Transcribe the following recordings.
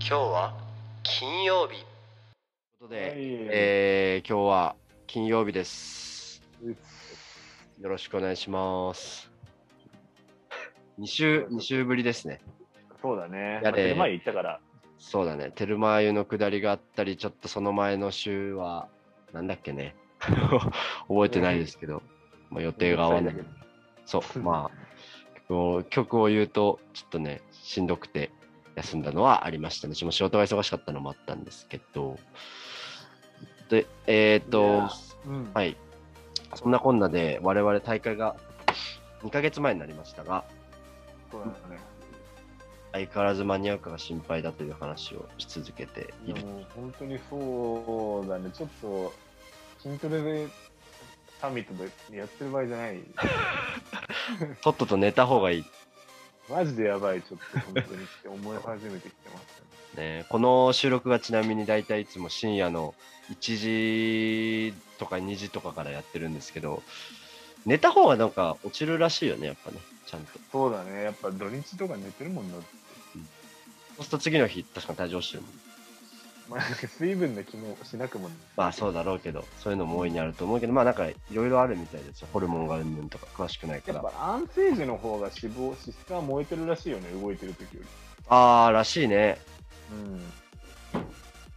今日は金曜日ということで、えー今日は金曜日ですうんよろしくお願いします2週2週ぶりですねそうだね。ややれれ前行ったから。そうだねテルマー湯の下りがあったりちょっとその前の週はなんだっけね 覚えてないですけど、まあ、予定が合わないそう、まあ、曲を曲を言うと、ちょっとね、しんどくて休んだのはありましたね。うちも仕事が忙しかったのもあったんですけど。で、えっ、いとや、うん。い。はい。そんなこんなで、我々大会が2ヶ月前になりましたが、そうなんだね。相変わらず間に合うかが心配だという話をし続けていいやる。もう本当にそうだね。ちょっと筋トレでサミットでやってる場合じゃない。とっとと寝た方がいい。マジでやばい。ちょっと本当にって思い始めてきてます、ね。ね、この収録がちなみに大体いつも深夜の1時とか2時とかからやってるんですけど寝た方がなんか落ちるらしいよねやっぱねちゃんとそうそうだね。やっぱ土日とか寝てるもんな。すると次の日確かに体調してるもんまあ、水分の気もしなくも、ね、まあそうだろうけどそういうのも大いにあると思うけどまあなんかいろいろあるみたいですよホルモンがうんぬんとか詳しくないかやっらぱ安静時の方が脂肪、脂質が燃えてるらしいよね。動いてる時より。ああらしいねうん。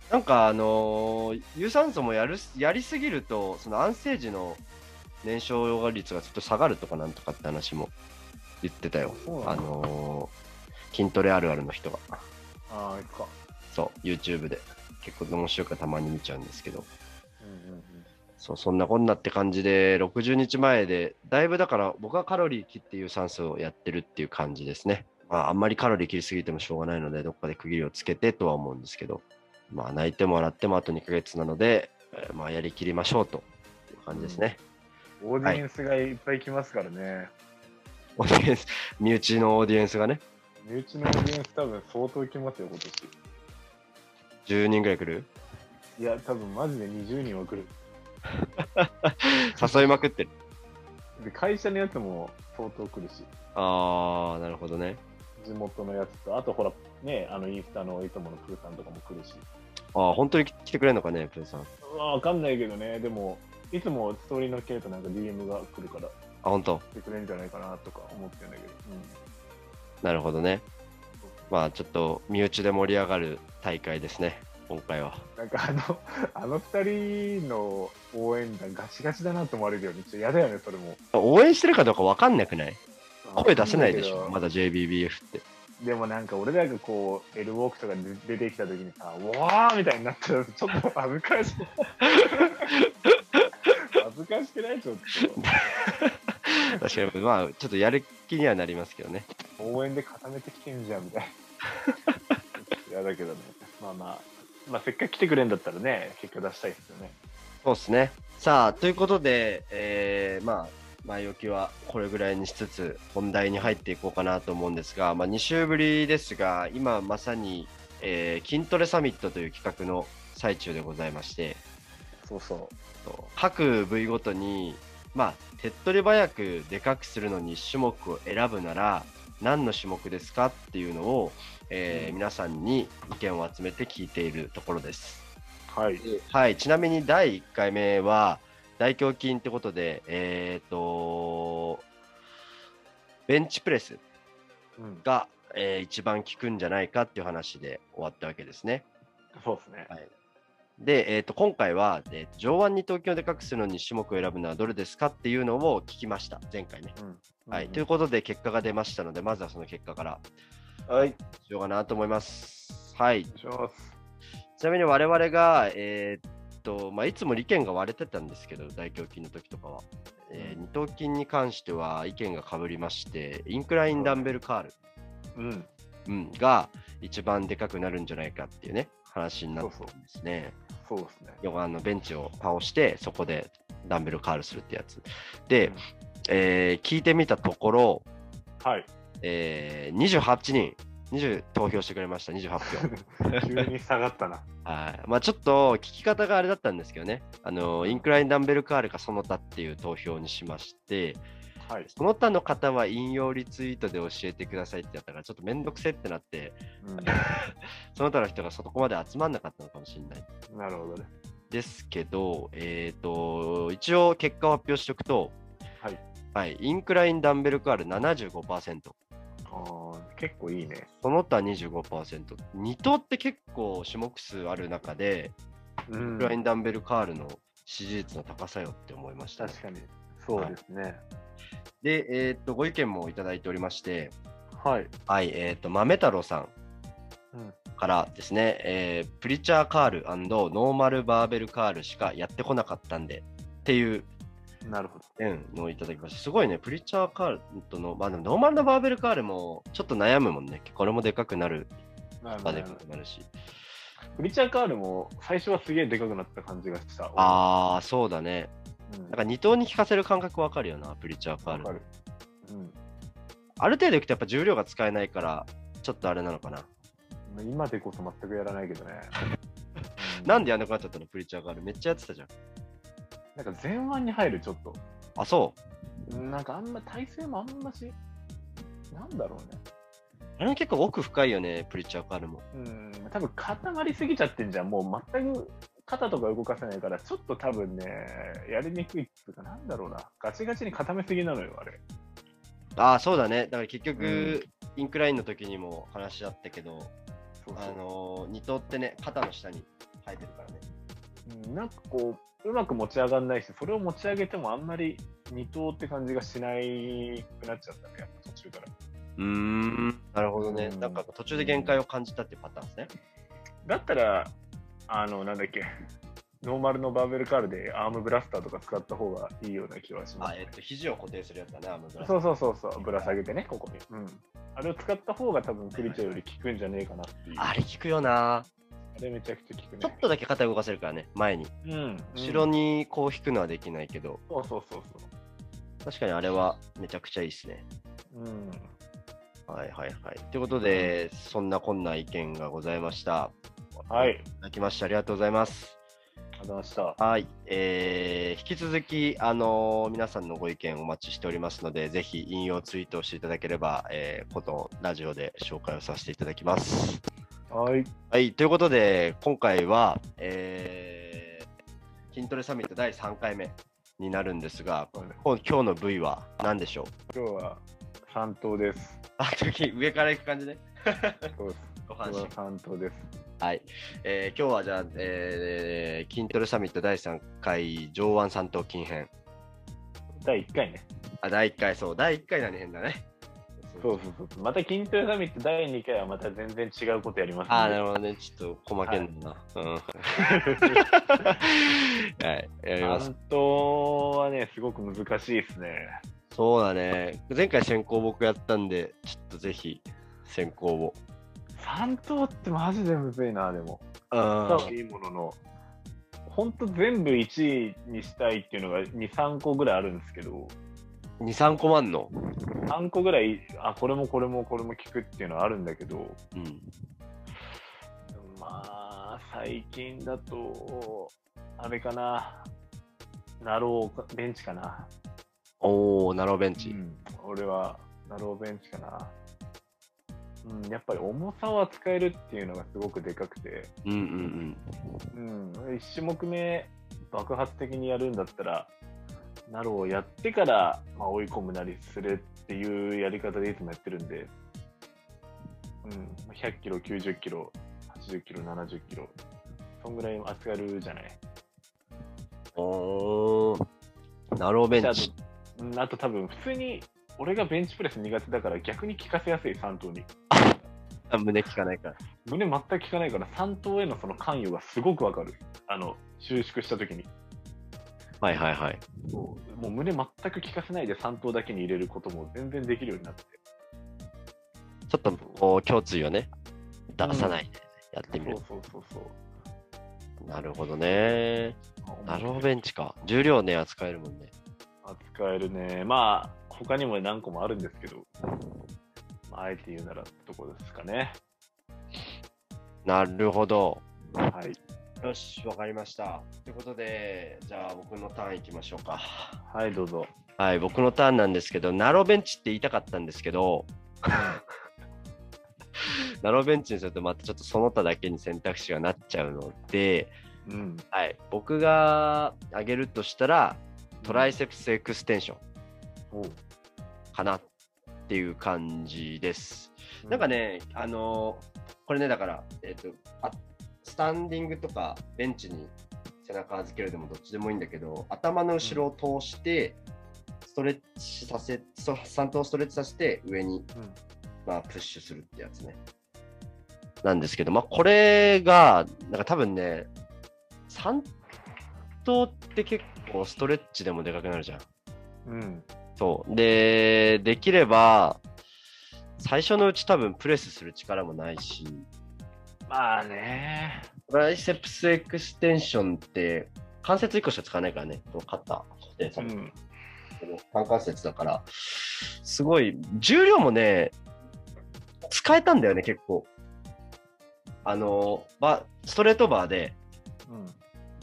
なんかあのー有酸素もやるやりすぎるとその安静時の燃焼率がちょっと下がるとかなんとかって話も言ってたよそうなあんだ。のー筋トレあるあるの人が、ああ、いくか。そう YouTube で結構面白いからたまに見ちゃうんですけど、うんうんうん。そうそんなこんなって感じで60日前でだいぶだから僕はカロリー切って有酸素をやってるっていう感じですね。まああんまりカロリー切りすぎてもしょうがないのでどっかで区切りをつけてとは思うんですけど、まあ泣いても笑ってもあと2ヶ月なので、えーまあやりきりましょうという感じですね。オーディエンスがいっぱい来ますからね。オーディエンス身内のオーディエンスがね身内のオーディエンス多分相当来ますよ、今年。 10人ぐらい来るいや、多分マジで20人は来る。誘いまくってる。で、会社のやつも相当来るし、あーなるほどね。地元のやつと、あとほら、ね、あの、インスタのいとものプーさんとかも来るし。ああ、本当に来てくれるのかね、プーさん。あ、うわわかんないけどね、でも、いつもストーリーの系となんか DM が来るから、本当。来てくれるんじゃないかなとか思ってるんだけど。なるほどね。まあ、ちょっと身内で盛り上がる大会ですね、今回は。うん。なんかあの、 あの二人の応援団ガチガチだなと思われるよね。ちょっと嫌だよね、それも。応援してるかどうか分かんなくない声出せないでしょ、まだだ JBBF って。 でもなんか俺らがこう、エルウォークとかで出てきた時にさ、うわーみたいになったらちょっと恥ずかしい。恥ずかしくないちょっ確かに、まあ、ちょっとやる気にはなりますけどね。と。応援で固めてきてんじゃんみたいな。いやだけどね。まあまあ、まあせっかく来てくれんだったらね、結果出したいですよね。そうですね。さあ、ということで、えーまあ、前置きはこれぐらいにしつつ、本題に入っていこうかなと思うんですが、まあ、2週ぶりですが、今まさに、えー筋トレサミットという企画の最中でございまして、そうそと各部位ごとに、まあ、手っ取り早くでかくするのに種目を選ぶなら何の種目ですかっていうのを、えーうん皆さんに意見を集めて聞いているところです。う。はい。はい、ちなみに第1回目は大胸筋ってことで、えー、とベンチプレスうん。が、えー一番効くんじゃないかっていう話で終わったわけですね。そうですね。で、えー、と今回は、えー上腕二頭筋をでかくするのに種目を選ぶのはどれですかっていうのを聞きました、前回ね。うん。はい、ということで、結果が出ましたので、まずはその結果からはい。しようかなと思います。はい、お願いします。ちなみに我々が、えーっとまあ、いつも意見が割れてたんですけど、大胸筋の時とかは。えーう二ん頭筋に関しては意見がかぶりまして、インクラインダンベルカール、うん。うん、が一番でかくなるんじゃないかっていうね、話になったんですね。そうですね。ヨガのベンチを倒して、そこでダンベルカールするってやつ。で、えー聞いてみたところ、はい。えー28人、20投票してくれました、28票。急に下がったな。はい。まあちょっと聞き方があれだったんですけどね、あの、インクラインダンベルカールかその他っていう投票にしまして、はい。 その他の方は引用リツイートで教えてくださいってやったから、ちょっとめんどくせえってなって、その他の人がそこまで集まんなかったのかもしれない。うん、なるほどね。ですけど、えっ、と、一応結果を発表しておくと、はい。はい、インクラインダンベルクール75%、あー結構いいね。その他25%、二頭って結構種目数ある中で、うインんクラインダンベルカールの支持率の高さよって思いましたね、確かに。そうですね。で、えっ、と、ご意見もいただいておりまして、はい。はい、えっ、と、豆太郎さんうん。からですね、えープリチャーカールノーマルバーベルカールしかやってこなかったんで、っていうなるほど。うんのをいただきました。すごいね、プリチャーカールとの、まあでもノーマルのバーベルカールもちょっと悩むもんね。これもでかくなる、なるほまあどでかくなるし。リチャーカールも最初はすげえでかくなった感じがした。ああ、そうだね。うん、なんか二頭に効かせる感覚わかるよな、プリチャーカーわル。かる。うん。ある程度いくとやっぱ重量が使えないから、ちょっとあれなのかな。今でこそ全くやらないけどね。 なんでやんなくなっちゃったの、プリチャーカール。めっちゃやってたじゃん。なんか前腕に入るちょっと。あ、そう。なんかあんま体勢もあんまし、なんだろうね。あれも結構奥深いよね、プリチャーカールも。うん、多分固まりすぎちゃってんじゃん。もう全く肩とか動かせないから、ちょっと多分ね、やりにくいっていうか、なんだろうな。ガチガチに固めすぎなのよ、あれ。ああ、そうだね。だから結局、インクラインの時にも話し合ったけど、そうあそうのー、二頭ってね、肩の下に生えてるからね。うんなんかこう、うまく持ち上がんないし、それを持ち上げてもあんまり二頭って感じがしないくなっちゃったね、やっぱ途中から。うーん、なるほどねう。んなんか途中で限界を感じたっていうパターンですね。だったら、あの、なんだっけ、ノーマルのバーベルカールでアームブラスターとか使った方がいいような気はしまあ、す、えねっ。と、肘を固定するやつだな、アームブラスそうそうそうそう、ぶら下げてね、ここに。うん。あれを使った方が多分、プリチャより効くんじゃねえかなっていう。あれ効くよな。あれめちゃくちゃ効くね。ちょっとだけ肩動かせるからね、前に。うん。後ろにこう引くのはできないけど、そうそうそう確かにあれはめちゃくちゃいいですね。そう。うん。はいはいはい。ということで、そんなこんな意見がございました。はい。ありいただきましてありがとうございます。がとうございました。はい、えー引き続き、あのー皆さんのご意見お待ちしておりますので、ぜひ引用ツイートをしていただければ、えー、ことラジオで紹介をさせていただきます。はい。はい、ということで、今回は、えー筋トレサミット第3回目になるんですが、そうねこん今日の部位は何でしょう今日は三頭です。あ、時上から行く感じね。そうです。ご今半日身は。三頭です。はい、えー今日はじゃあ、えー筋トレサミット第3回上腕三頭筋編。第一回ね。あ、第1回、そう、第1回何変だね。そうそうそう。また筋トレサミット第2回はまた全然違うことやりますあー、なるるほどね。ちょっと細けんだな。 うん。 はい、やります。担当はね、すごく難しいですね。そうだね。前回先行僕やったんで、ちょっとぜひ先行を。三頭ってマジでむずいな、でも。う多ん。分いいものの、本当全部1位にしたいっていうのが2、3個ぐらいあるんですけど、 2、3個もあんの3個ぐらい、あ、これもこれもこれも効くっていうのはあるんだけど、うん。まあ、最近だと、あれかな、ナローベンチかな。おー、ナローベンチ。うん、俺はナローベンチかな、うん、やっぱり重さは使えるっていうのがすごくでかくて、うんうんうん、1種目目爆発的にやるんだったらナローをやってから、まあ、追い込むなりするっていうやり方でいつもやってるんで、うん、100キロ90キロ80キロ70キロそんぐらい扱えるじゃないうん。おー、ナローベンチ。あと,、うん、あと多分普通に俺がベンチプレス苦手だから逆に効かせやすい3頭にあ胸効かないから。胸全く効かないから三頭へのその関与がすごくわかるあの収縮した時にはいはいはい。もう胸全く効かせないで三頭だけに入れることも全然できるようになってちょっと、こう、胸椎をね、出さないでやってみる。そうそうそうなるほどね。そうナローベンチか。重量ね、扱えるもんね。扱えるねまあ他にも何個もあるんですけど、まあ、あえて言うならってとこですかねなるほど。はいよし、わかりました。ということで、じゃあ僕のターンいきましょうか。はいどうぞはい、僕のターンなんですけど、ナロベンチって言いたかったんですけど、ナロベンチにするとまたちょっとその他だけに選択肢がなっちゃうので、うん。はい、僕が挙げるとしたら、トライセプスエクステンションおうかなっていう感じです。なんか、ね、あのこれね、だから、えっ、とあ、スタンディングとかベンチに背中預けるでもどっちでもいいんだけど、頭の後ろを通して、ストレッチさせ、そ3頭ストレッチさせて上に、うんまあ、プッシュするってやつね。なんですけど、まあ、これが、なんか多分ね、3頭って結構ストレッチでもでかくなるじゃん。うん。そう。で、できれば、最初のうち多分プレスする力もないし、まあね。トライセプスエクステンションって関節1個しか使わないからね、この肩、固定さうれてるん。けど単関節だから、すごい、重量もね、使えたんだよね、結構。あの、バストレートバーでうん。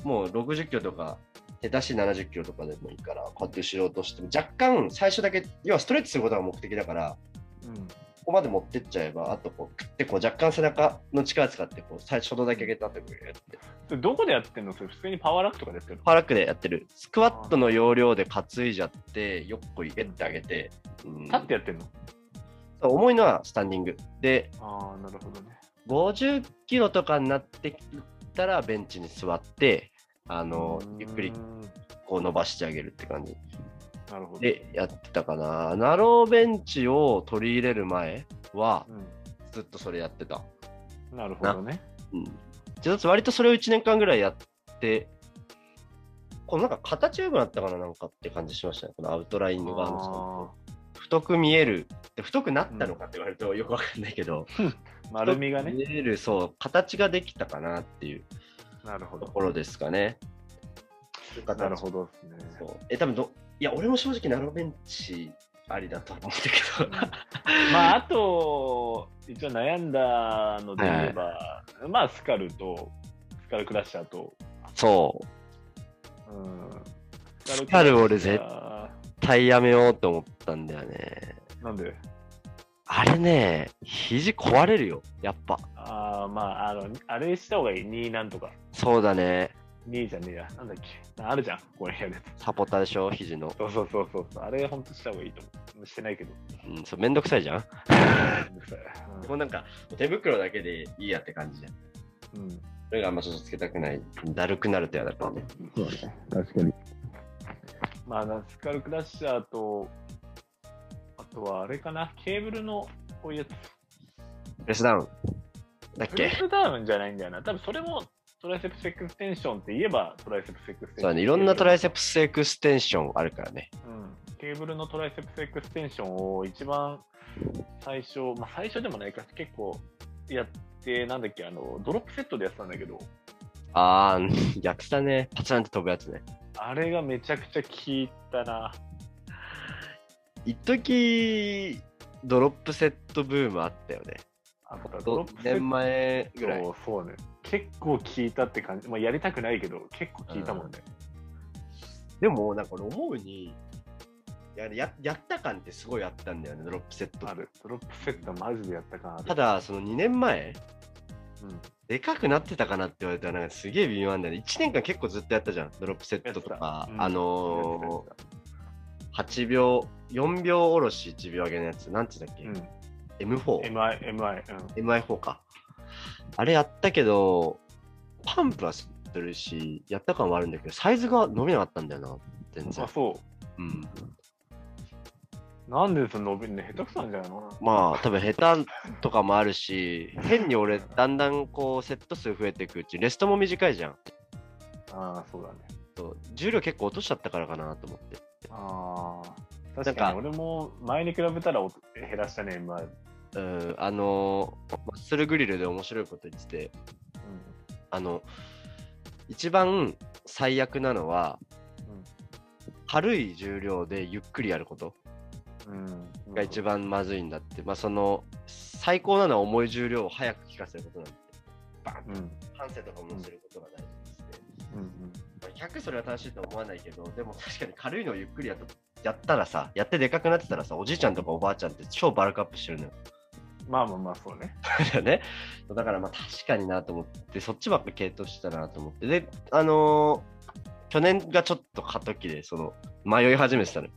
もう60キロとか、下手し70キロとかでもいいから、こうやって後ろ落としても、若干最初だけ、要はストレッチすることが目的だから、うん。ここまで持ってっちゃえば、あとこう、クッてこう若干背中の力使って、こう、最初のだけ上げたって、グーって。それどこでやってんのそれ普通にパワーラックとかでやってるのパーラックでやってる。スクワットの要領で担いじゃって、よっこいえってあげて、うん立ってやってんの重いのはスタンディング。で、ああ、なるほどね。 50キロとかになってきたら、ベンチに座って、あの、ゆっくりうーんこう伸ばしてあげるって感じなるほど。でやってたかな。ナローベンチを取り入れる前は、うずっとそれやってた。ん、なるほどね。うん。ちょっと割とそれを1年間ぐらいやって、こうなんか形良くなったかななんかって感じしましたね。このアウトラインの側のあ太く見える。で太くなったのかって言われるとよくわかんないけど、ー丸みがね。太く見える、そう、形ができたかなっていうなるほとど。ころですかね。なるほどですね。そうえ、多分ど、いや、俺も正直ナロベンチありだと思うんだけうんど、まあ、あと、一応悩んだので言えば、まあ、スカルと、スカルクラッシャーと、そう、うん、スカル俺クラッシャータイやめようと思ったんだよね。なんであれね、肘壊れるよ、やっぱ。ああ、まあ、あの、あれした方がいい。2なんとか。そうだね。 2じゃねえや。なんだっけ。あるじゃん、これやるやつ。サポーターでしょ、肘の。そうそうそうそう。あれ、ほんとした方がいいと思う。してないけど。うん、そうめんどくさいじゃん。めんどくさいもうなんか、手袋だけでいいやって感じじゃん。うんうんそれがあんまちょっとつけたくない。だるくなるとやだからね。確かに。まあ、ナスカルクラッシャーと、あとはあれかな、ケーブルのこういうやつ。プレスダウン。だっプレけスダウンじゃないんだよな。多分それもトライセプスエクステンションって言えばトライセプスエクステンション。そうだね。いろんなトライセセプスエクステンションあるからね。プ、うん。ケーブルのトライセプスエクステンションを一番最初、まあ最初でもないか、結構やって、なんだっけ、あの、ドロップセットでやってたんだけど、あー、 逆さね。パチャンって飛ぶやつね。あれがめちゃくちゃ効いたな。一時ドロップセットブームあったよね。あったドロ5ップセット年前ぐらいそ。うそうね結構聞いたって感じ、まあ、やりたくないけど結構聞いたもんね、でも、なんか俺思うに、やややった感ってすごいあったんだよね、ドロップセットあ。るドロップセットマジでやったかなた、だ、その2年前、うん、でかくなってたかなって言われたら、なんかすげえ微妙なんだよね。1年間結構ずっとやったじゃん。ドロップセットとか、やってたうんあのー、8秒、4秒下ろし1秒上げのやつ、なんつうんだっけ、うん、 M4、 MI、MI、 MI4 か。あれやったけど、パンプはするし、やった感はあるんだけど、サイズが伸びなかったんだよな、全うん、然あ。そうん、うなんでその伸びんね下手くそなんじゃないのまあ、多分下手とかもあるし、変に俺、だんだんこう、セット数増えていくうち、レストも短いじゃん。ああそうだねそう重量結構落としちゃったからかなと思って。ああか確かに俺も前に比べたらお減らしたね MI、うん、うん、あのー、マッスルグリルで面白いこと言ってて、あの、一番最悪なのは、軽い重量でゆっくりやることうんうん、が一番まずいんだって、まあその、最高なのは重い重量を早く効かせることなんで、バーンうんうん反省とかもすることが大事ですね。うんまあ100それは正しいとは思わないけど、でも確かに軽いのをゆっくりやったやったらさ、やってでかくなってたらさ、おじいちゃんとかおばあちゃんって超バルクアップしてるのよ。まあまあまあ、そうね。だよね。だからまあ確かになと思って、そっちばっか系統してたなと思って。で、あのー去年がちょっと過渡期で、その、迷い始めてたのよ。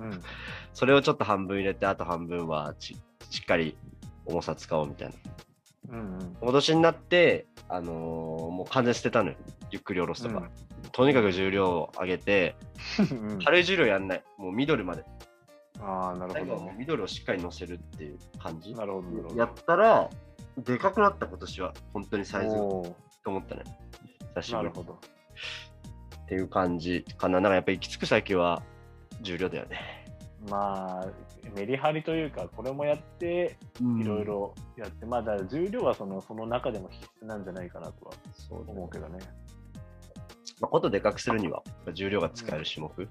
うん。それをちょっと半分入れて、あと半分はちしっかり重さ使おうみたいな。う んうん。今年になって、あのーもう完全捨てたのよ。ゆっくり下ろすとか。とにかく重量を上げて、うん、軽い重量やんない。もうミドルまで。ああ、なる最後ほはどもうね。ミドルをしっかり乗せるっていう感じ。なるほど、なるほど。やったら、でかくなった今年は、本当にサイズがとおー思ったね。久しぶなりるっほど。ていう感じかな。なんかやっぱり行き着く先は重量だよね。まあ、メリハリというか、これもやって、いろい。ろやって、まあ、だから重量はそのその中でも必須なんじゃないかなとはそうだね思うけどね。まあ、ことでかくするには、重量が使える種目。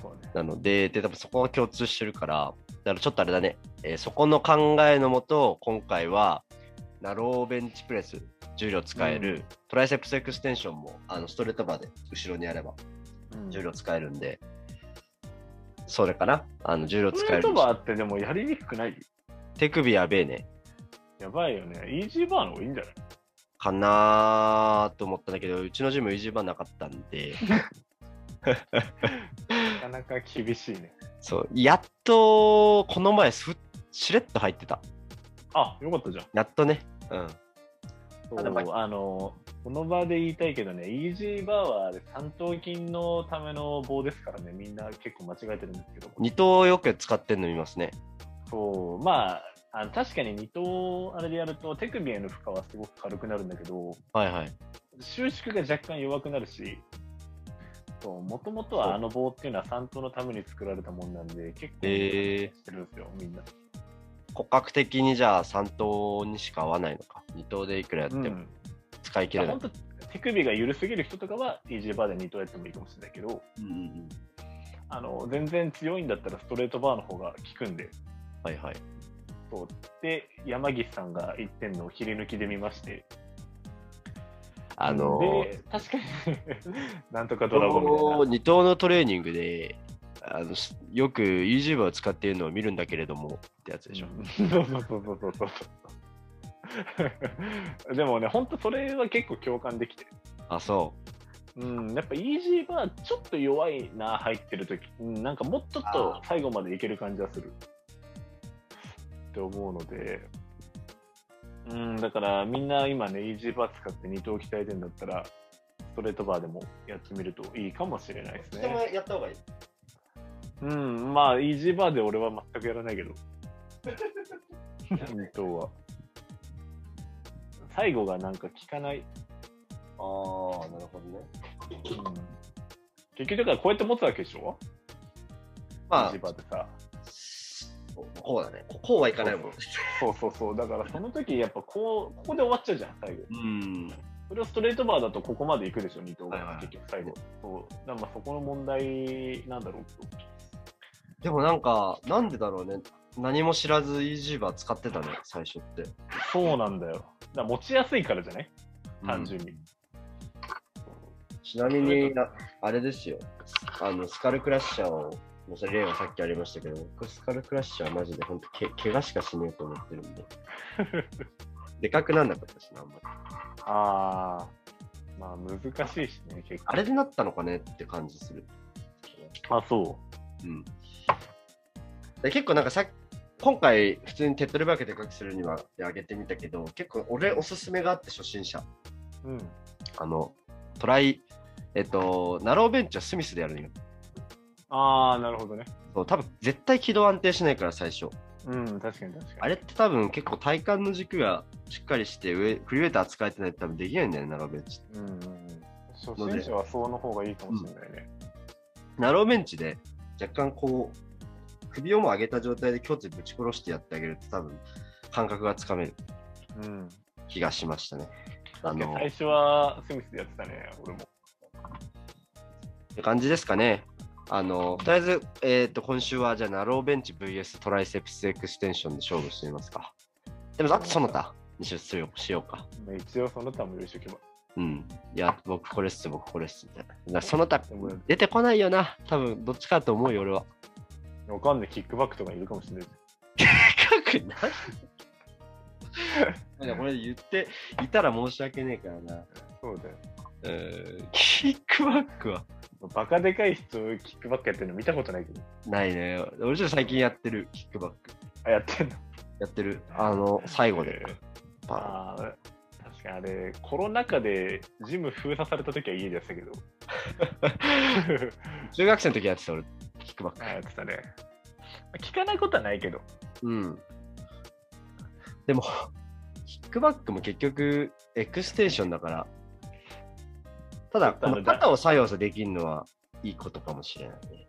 そうね。なので、で、多分そこが共通してるから、だからちょっとあれだね、えーそこの考えのもと、今回は、ナローベンチプレス、重量使える、うんトライセプスエクステンションも、あの、ストレートバーで後ろにあれば、うん重量使えるんで、それかなあの、重量使ストえレるート。バーってでもやりにくくない手首やべえね。やばいよね。イージーバーの方がいいんじゃないかなーと思ったんだけど、うちのジム、イージーバーなかったん で、なかなか厳しいね。そう、やっと、この前、ふしれっと入ってた。あ、よかったじゃん。やっとね。うん。そあでうもあの、この場で言いたいけどね、イージーバーはあれ三頭筋のための棒ですからね、みんな結構間違えてるんですけど。二頭よく使ってんの見ますね。そう、まあ、あの確かに二頭あれでやると手首への負荷はすごく軽くなるんだけど、はいはい。収縮が若干弱くなるし、もともとそうはあの棒っていうのは三頭のために作られたもんなんで、結構へーしてるんですよ、みんな。骨格的にじゃあ3等にしか合わないのか2等でいくらやっても使い切れない、本当手首が緩すぎる人とかは e ーバーで二頭やってもいいかもしれないけど、うんうんうんあの全然強いんだったらストレートバーの方が効くんで、はいはいそうで山岸さんが1点の切り抜きで見まして、あのーで確かに なんとかドラゴンみたいな。 2等のトレーニングであのしよく YouTuber を使っているのを見るんだけれどもってやつでしょ、 そうそうそうそうそうそう。でもね、本当それは結構共感できてる。あそうん、やっぱイージーバーちょっと弱いな、入ってる時うん、なんかもうちょっと最後までいける感じはする。って思うので、うん、だからみんな今ね、イージーバー使って二頭鍛えてんだったら、ストレートバーでもやってみるといいかもしれないですうね。やった方がいいうん、まあ、イージーバーで俺は全くやらない けど。本当は。最後がなんか効かない。ああなるほどね結局だからこうやって持つわけでしょまイージーバーってさ。あこうだねここうはいかないもんそうそうそう。だからその時やっぱこう、ここで終わっちゃうじゃん、最後。うんそれをストレートバーだとここまで行くでしょ、二頭はいはがい結局最後。そう。だからまあそこの問題なんだろうでもなんかなんでだろうね何も知らず YouTuber 使ってたね最初ってと。そうなんだよ。だから持ちやすいからじゃない単純に。ちなみにな、あれですよ。あの、スカルクラッシャーを、もうそれ例はさっきありましたけど、僕、スカルクラッシャーはマジで本当け、怪我しかしねえと思ってるん で。でかくなんなかったしな、あんまり。ああ。まあ難しいしね、結構。あれでなったのかねって感じする。あ、そうん。で結構なんかさ今回、普通に手っ取り早くでかくするにはってあげてみたけど、結構俺おすすめがあって、初心者。う。うん。あの、トライ、えっと、ナローベンチはスミスでやるのよ。ああ、なるほどね。そう、多分絶対軌道安定しないから、最初。うん、確かに確かあに。れって多分結構体幹の軸がしっかりして上、フリーウェイト扱えてないと多分できないんだよね、ナローベンチって。うんうんうん。初心者はそうの方がいいかもしれないね。ナローベンチで若干こう、首をも上げた状態で胸椎ぶち殺してやってあげると多分感覚がつかめるうん。気がしましたね。あ確かの、に最っ初はスミスでやってたね、俺も。て感じですかね。あの、とりあえず、えっ、と、今週はじゃあナローベンチ VS トライセプスエクステンションで勝負してみますか。でも、あとその他にしようしようか。一応その他も優秀ば。うん。いや、僕これっす、僕これっす、みたいな。だからその他でも、出てこないよな。多分、どっちかだと思うよ、 俺は。わかんない、キックバックとかいるかもしれない。書くな。なんかこれ言っていたら申し訳ねえからな。そうだよ。うん。キックバックはバカでかい人、キックバックやってるの見たことないけど。ないね。俺ちょっと最近やってる、キックバック。あ、やってんのやってる。あの、最後で。バああ、確かにあれ、コロナ禍でジム封鎖された時は家でやってた けど。ン中学生の時やってた、俺。キックバックあ。やってたね。聞かないことはないけど。うん。でも、キックバックも結局、エクステーションだから、ただ、この肩を左右さできるのはいいことかもしれないね。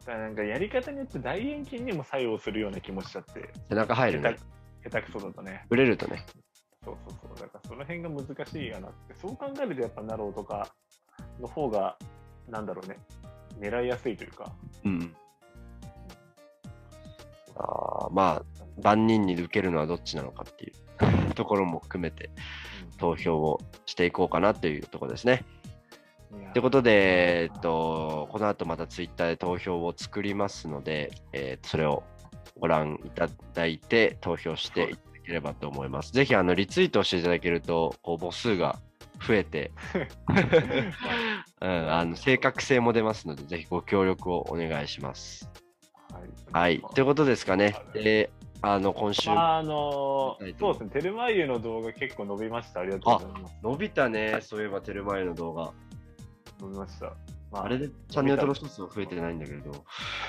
だからなんかやり方によって大円筋にも作用するような気もしちゃって、背中入る下ね手。下手くそだとね。ブレるとね。そうそうそう。だからその辺が難しいやなって。そう考えるとやっぱナローとかの方が、なんだろうね、狙いやすいというか。うん。あーまあ、万人に受けるのはどっちなのかっていうところも含めて投票をしていこうかなというところですね。っ ということで、えっと、この後またツイッターで投票を作りますので、えーそれをご覧いただいて投票していただければと思います。ぜひあのリツイートしていただけると、こう母数が増えて、うん、あの正確性も出ますので、ぜひご協力をお願いします。 はい、ということですかね。で、あの今週まあ、あのはいそうですね、テルマユの動画結構伸びました。ありがとうございます。伸びたね、そういえばテルマエの動画。伸びました。まあ、あれでチャンネル登録者数は増えてないんだけれど、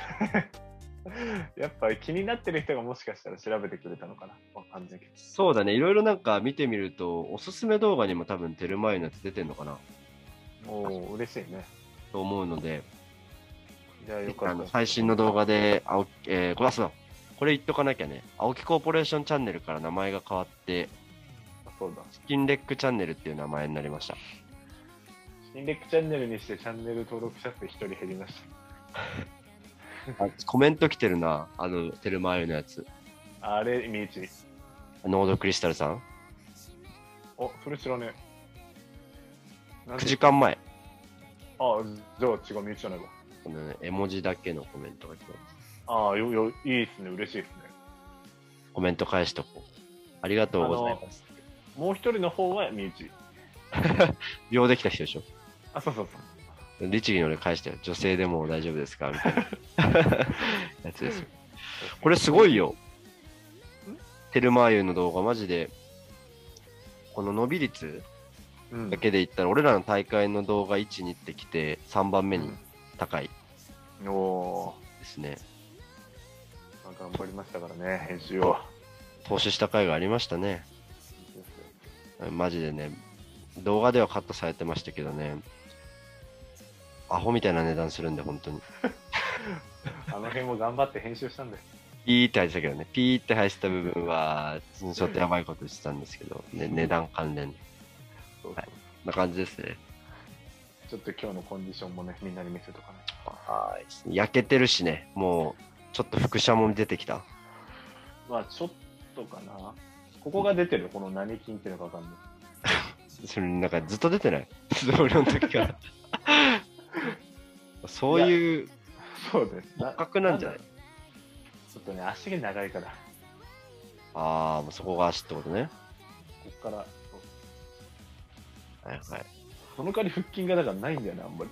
やっぱり気になってる人がもしかしたら調べてくれたのかな。わかんないけど。そうだね、いろいろなんか見てみると、おすすめ動画にも多分テルマエのやつ出てんのかなおお、嬉しいね。と思うので、じゃあよかあったの。最新の動画で、青木えー、これあそうだこれ言っとかなきゃね、青木コーポレーションチャンネルから名前が変わって、そうだ。チキンレックチャンネルっていう名前になり ました。インデックチャンネルにしてチャンネル登録者数一人減りましあコメント来てるな、あの、テルマエのやつ。た。あれ、みーち。ノードクリスタルさん。お、それ知らねえ。なん9で時間前、あ、じゃあ違う、みーちじゃないわ。このね、絵文字だけのコメントが来てます。ああ、よ、よ、いいですね。嬉しいですね。コメント返しとこう。ありがとうございます。もう一人の方はみーち。秒できた人でしょあ、そうそうそう。律儀に俺返してよ。女性でも大丈夫ですかみたいなやつですよ。これすい。ごいよ。テルマーユの動画、マジで、この伸び率うんだけで言ったら、俺らの大会の動画1、2ってきて、3番目に高いおおですね。ー、まあ、頑張りましたからね、編集を。投資した回がありましたね。マジでね、動画ではカットされてましたけどね、アホみたいな値段するんで、本当に。あの辺も頑張って編集したんです。ピーって入ってたけどね、ピーって入ってた部分は、ちょっとやばいことしてたんですけど、ね、値段関連そうそうはいな感じですね。ちょっと今日のコンディションもね、みんなに見せとかないはい。焼けてるしね、もう、ちょっと副車も出てきた。と。まあ、ちょっとかな。ここが出てる、この何筋っていうのかわかんない。それなんかずっと出てない俺の時から。 そういうそうです。骨格なんじゃないだろうちょっとね、足が長いから、こああ、もうそこが足ってことね。こから。そうはいはい。その代わり腹筋がだからないんだよね、あんま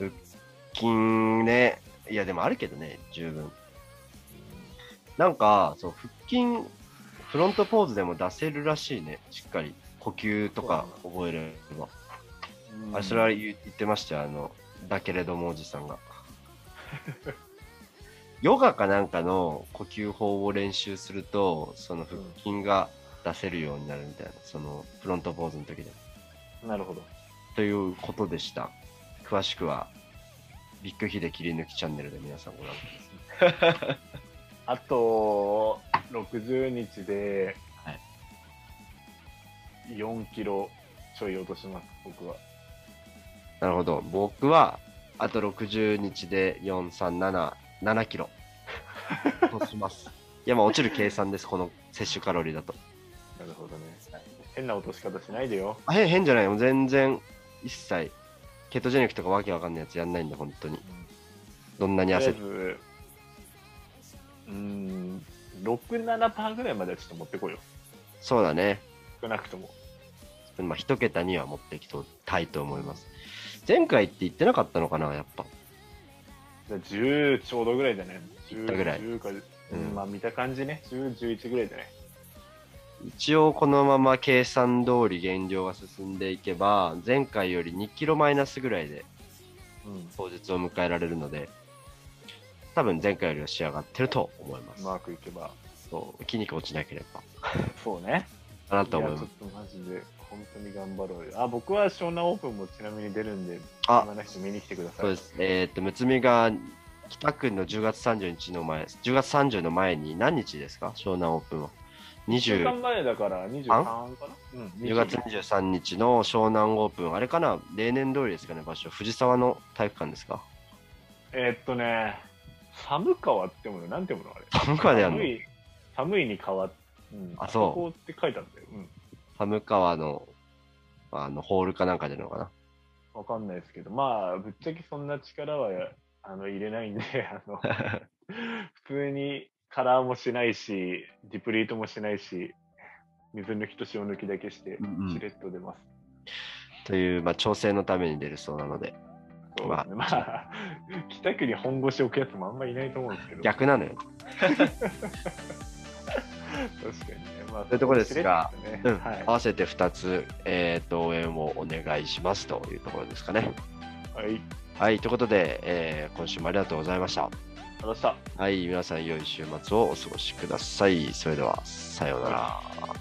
り。筋ね。いや、でもあるけどね、十分。なんか、そう、腹筋、フロントポーズでも出せるらしいね、しっかり。呼吸とか覚えれば。うんあ、それは言言ってましたよ、あの、だけれどもおじさん が。ヨガかなんかの呼吸法を練習すると、その腹筋が出せるようになるみたいな、そのフロントポーズの時でも。なるほど。ということでした。詳しくは、ビッグヒデ切り抜きチャンネルで皆さんご覧くあと、60日で、は4キロちょい落とします、僕は。ださい。なるほど。僕は、あと60日で4、3、7、7キ ロ。落とします。いや、まあ落ちる計算です、この摂取カロリーだと。なるほどね。変な落とし方しないでよ。あ変変じゃないもう全然、一切、ケトジェニックとかわけわかんないやつやんないんで、本当に。どんなにとりあ焦えっず、うーん、6、7%ぐらいまではちょっと持ってこいよ。そうだね。少なくとも。まあ、一桁には持ってきたいと思います。前回って言ってなかったのかな、やっぱ。じゃあ10ちょうどぐらいだね。10ったぐらい10か、ううんん、まあ見た感じね。10、11ぐらいだね。一応このまま計算通り減量が進んでいけば、前回より2キロマイナスぐらいでうん。当日を迎えられるので、多分前回よりは仕上がってると思います。うまくいけば。そう筋肉落ちなければ。そうね。かなと思いやます。ちょっとマジで、本当に頑張ろうよ。あ、僕は湘南オープンもちなみに出るんで、あ暇な人見に来てください。そうです。えーっと、むつみが北区の10月30日の前、10月30の前に何日ですか湘南オープンは。一週20間前だから23かなうん、 10月23日の湘南オープン、あれかな、例年通りですかね、場所、藤沢の体育館ですか。えーっとね、寒川ってもの、なんてものあれ。寒川であるの寒い、寒いに川、うん、あそうこって書いてあったよ。うん。寒川のあのホールかなんかでのかな。わかんないですけど、まあ、ぶっちゃけそんな力はあの入れないんで、 あ の普通にカラーもしないし、ディプリートもしないし、水抜きと塩抜きだけしてう、んうんしれっと出ます。という、まあ、調整のために出るそうなので、そうですね。まあ、北区に本腰置くやつもあんまいないと思うんですけど、逆なのよ。確かにね。まあ、というところですがしれっとうんねはい合。わせて2つ、えーと応援をお願いしますというところですかね。はい。ありはい、ということで、えー今週もありがとうございました。がとうございました。はい、皆さん、良い週末をお過ごしください。それでは、さようなら。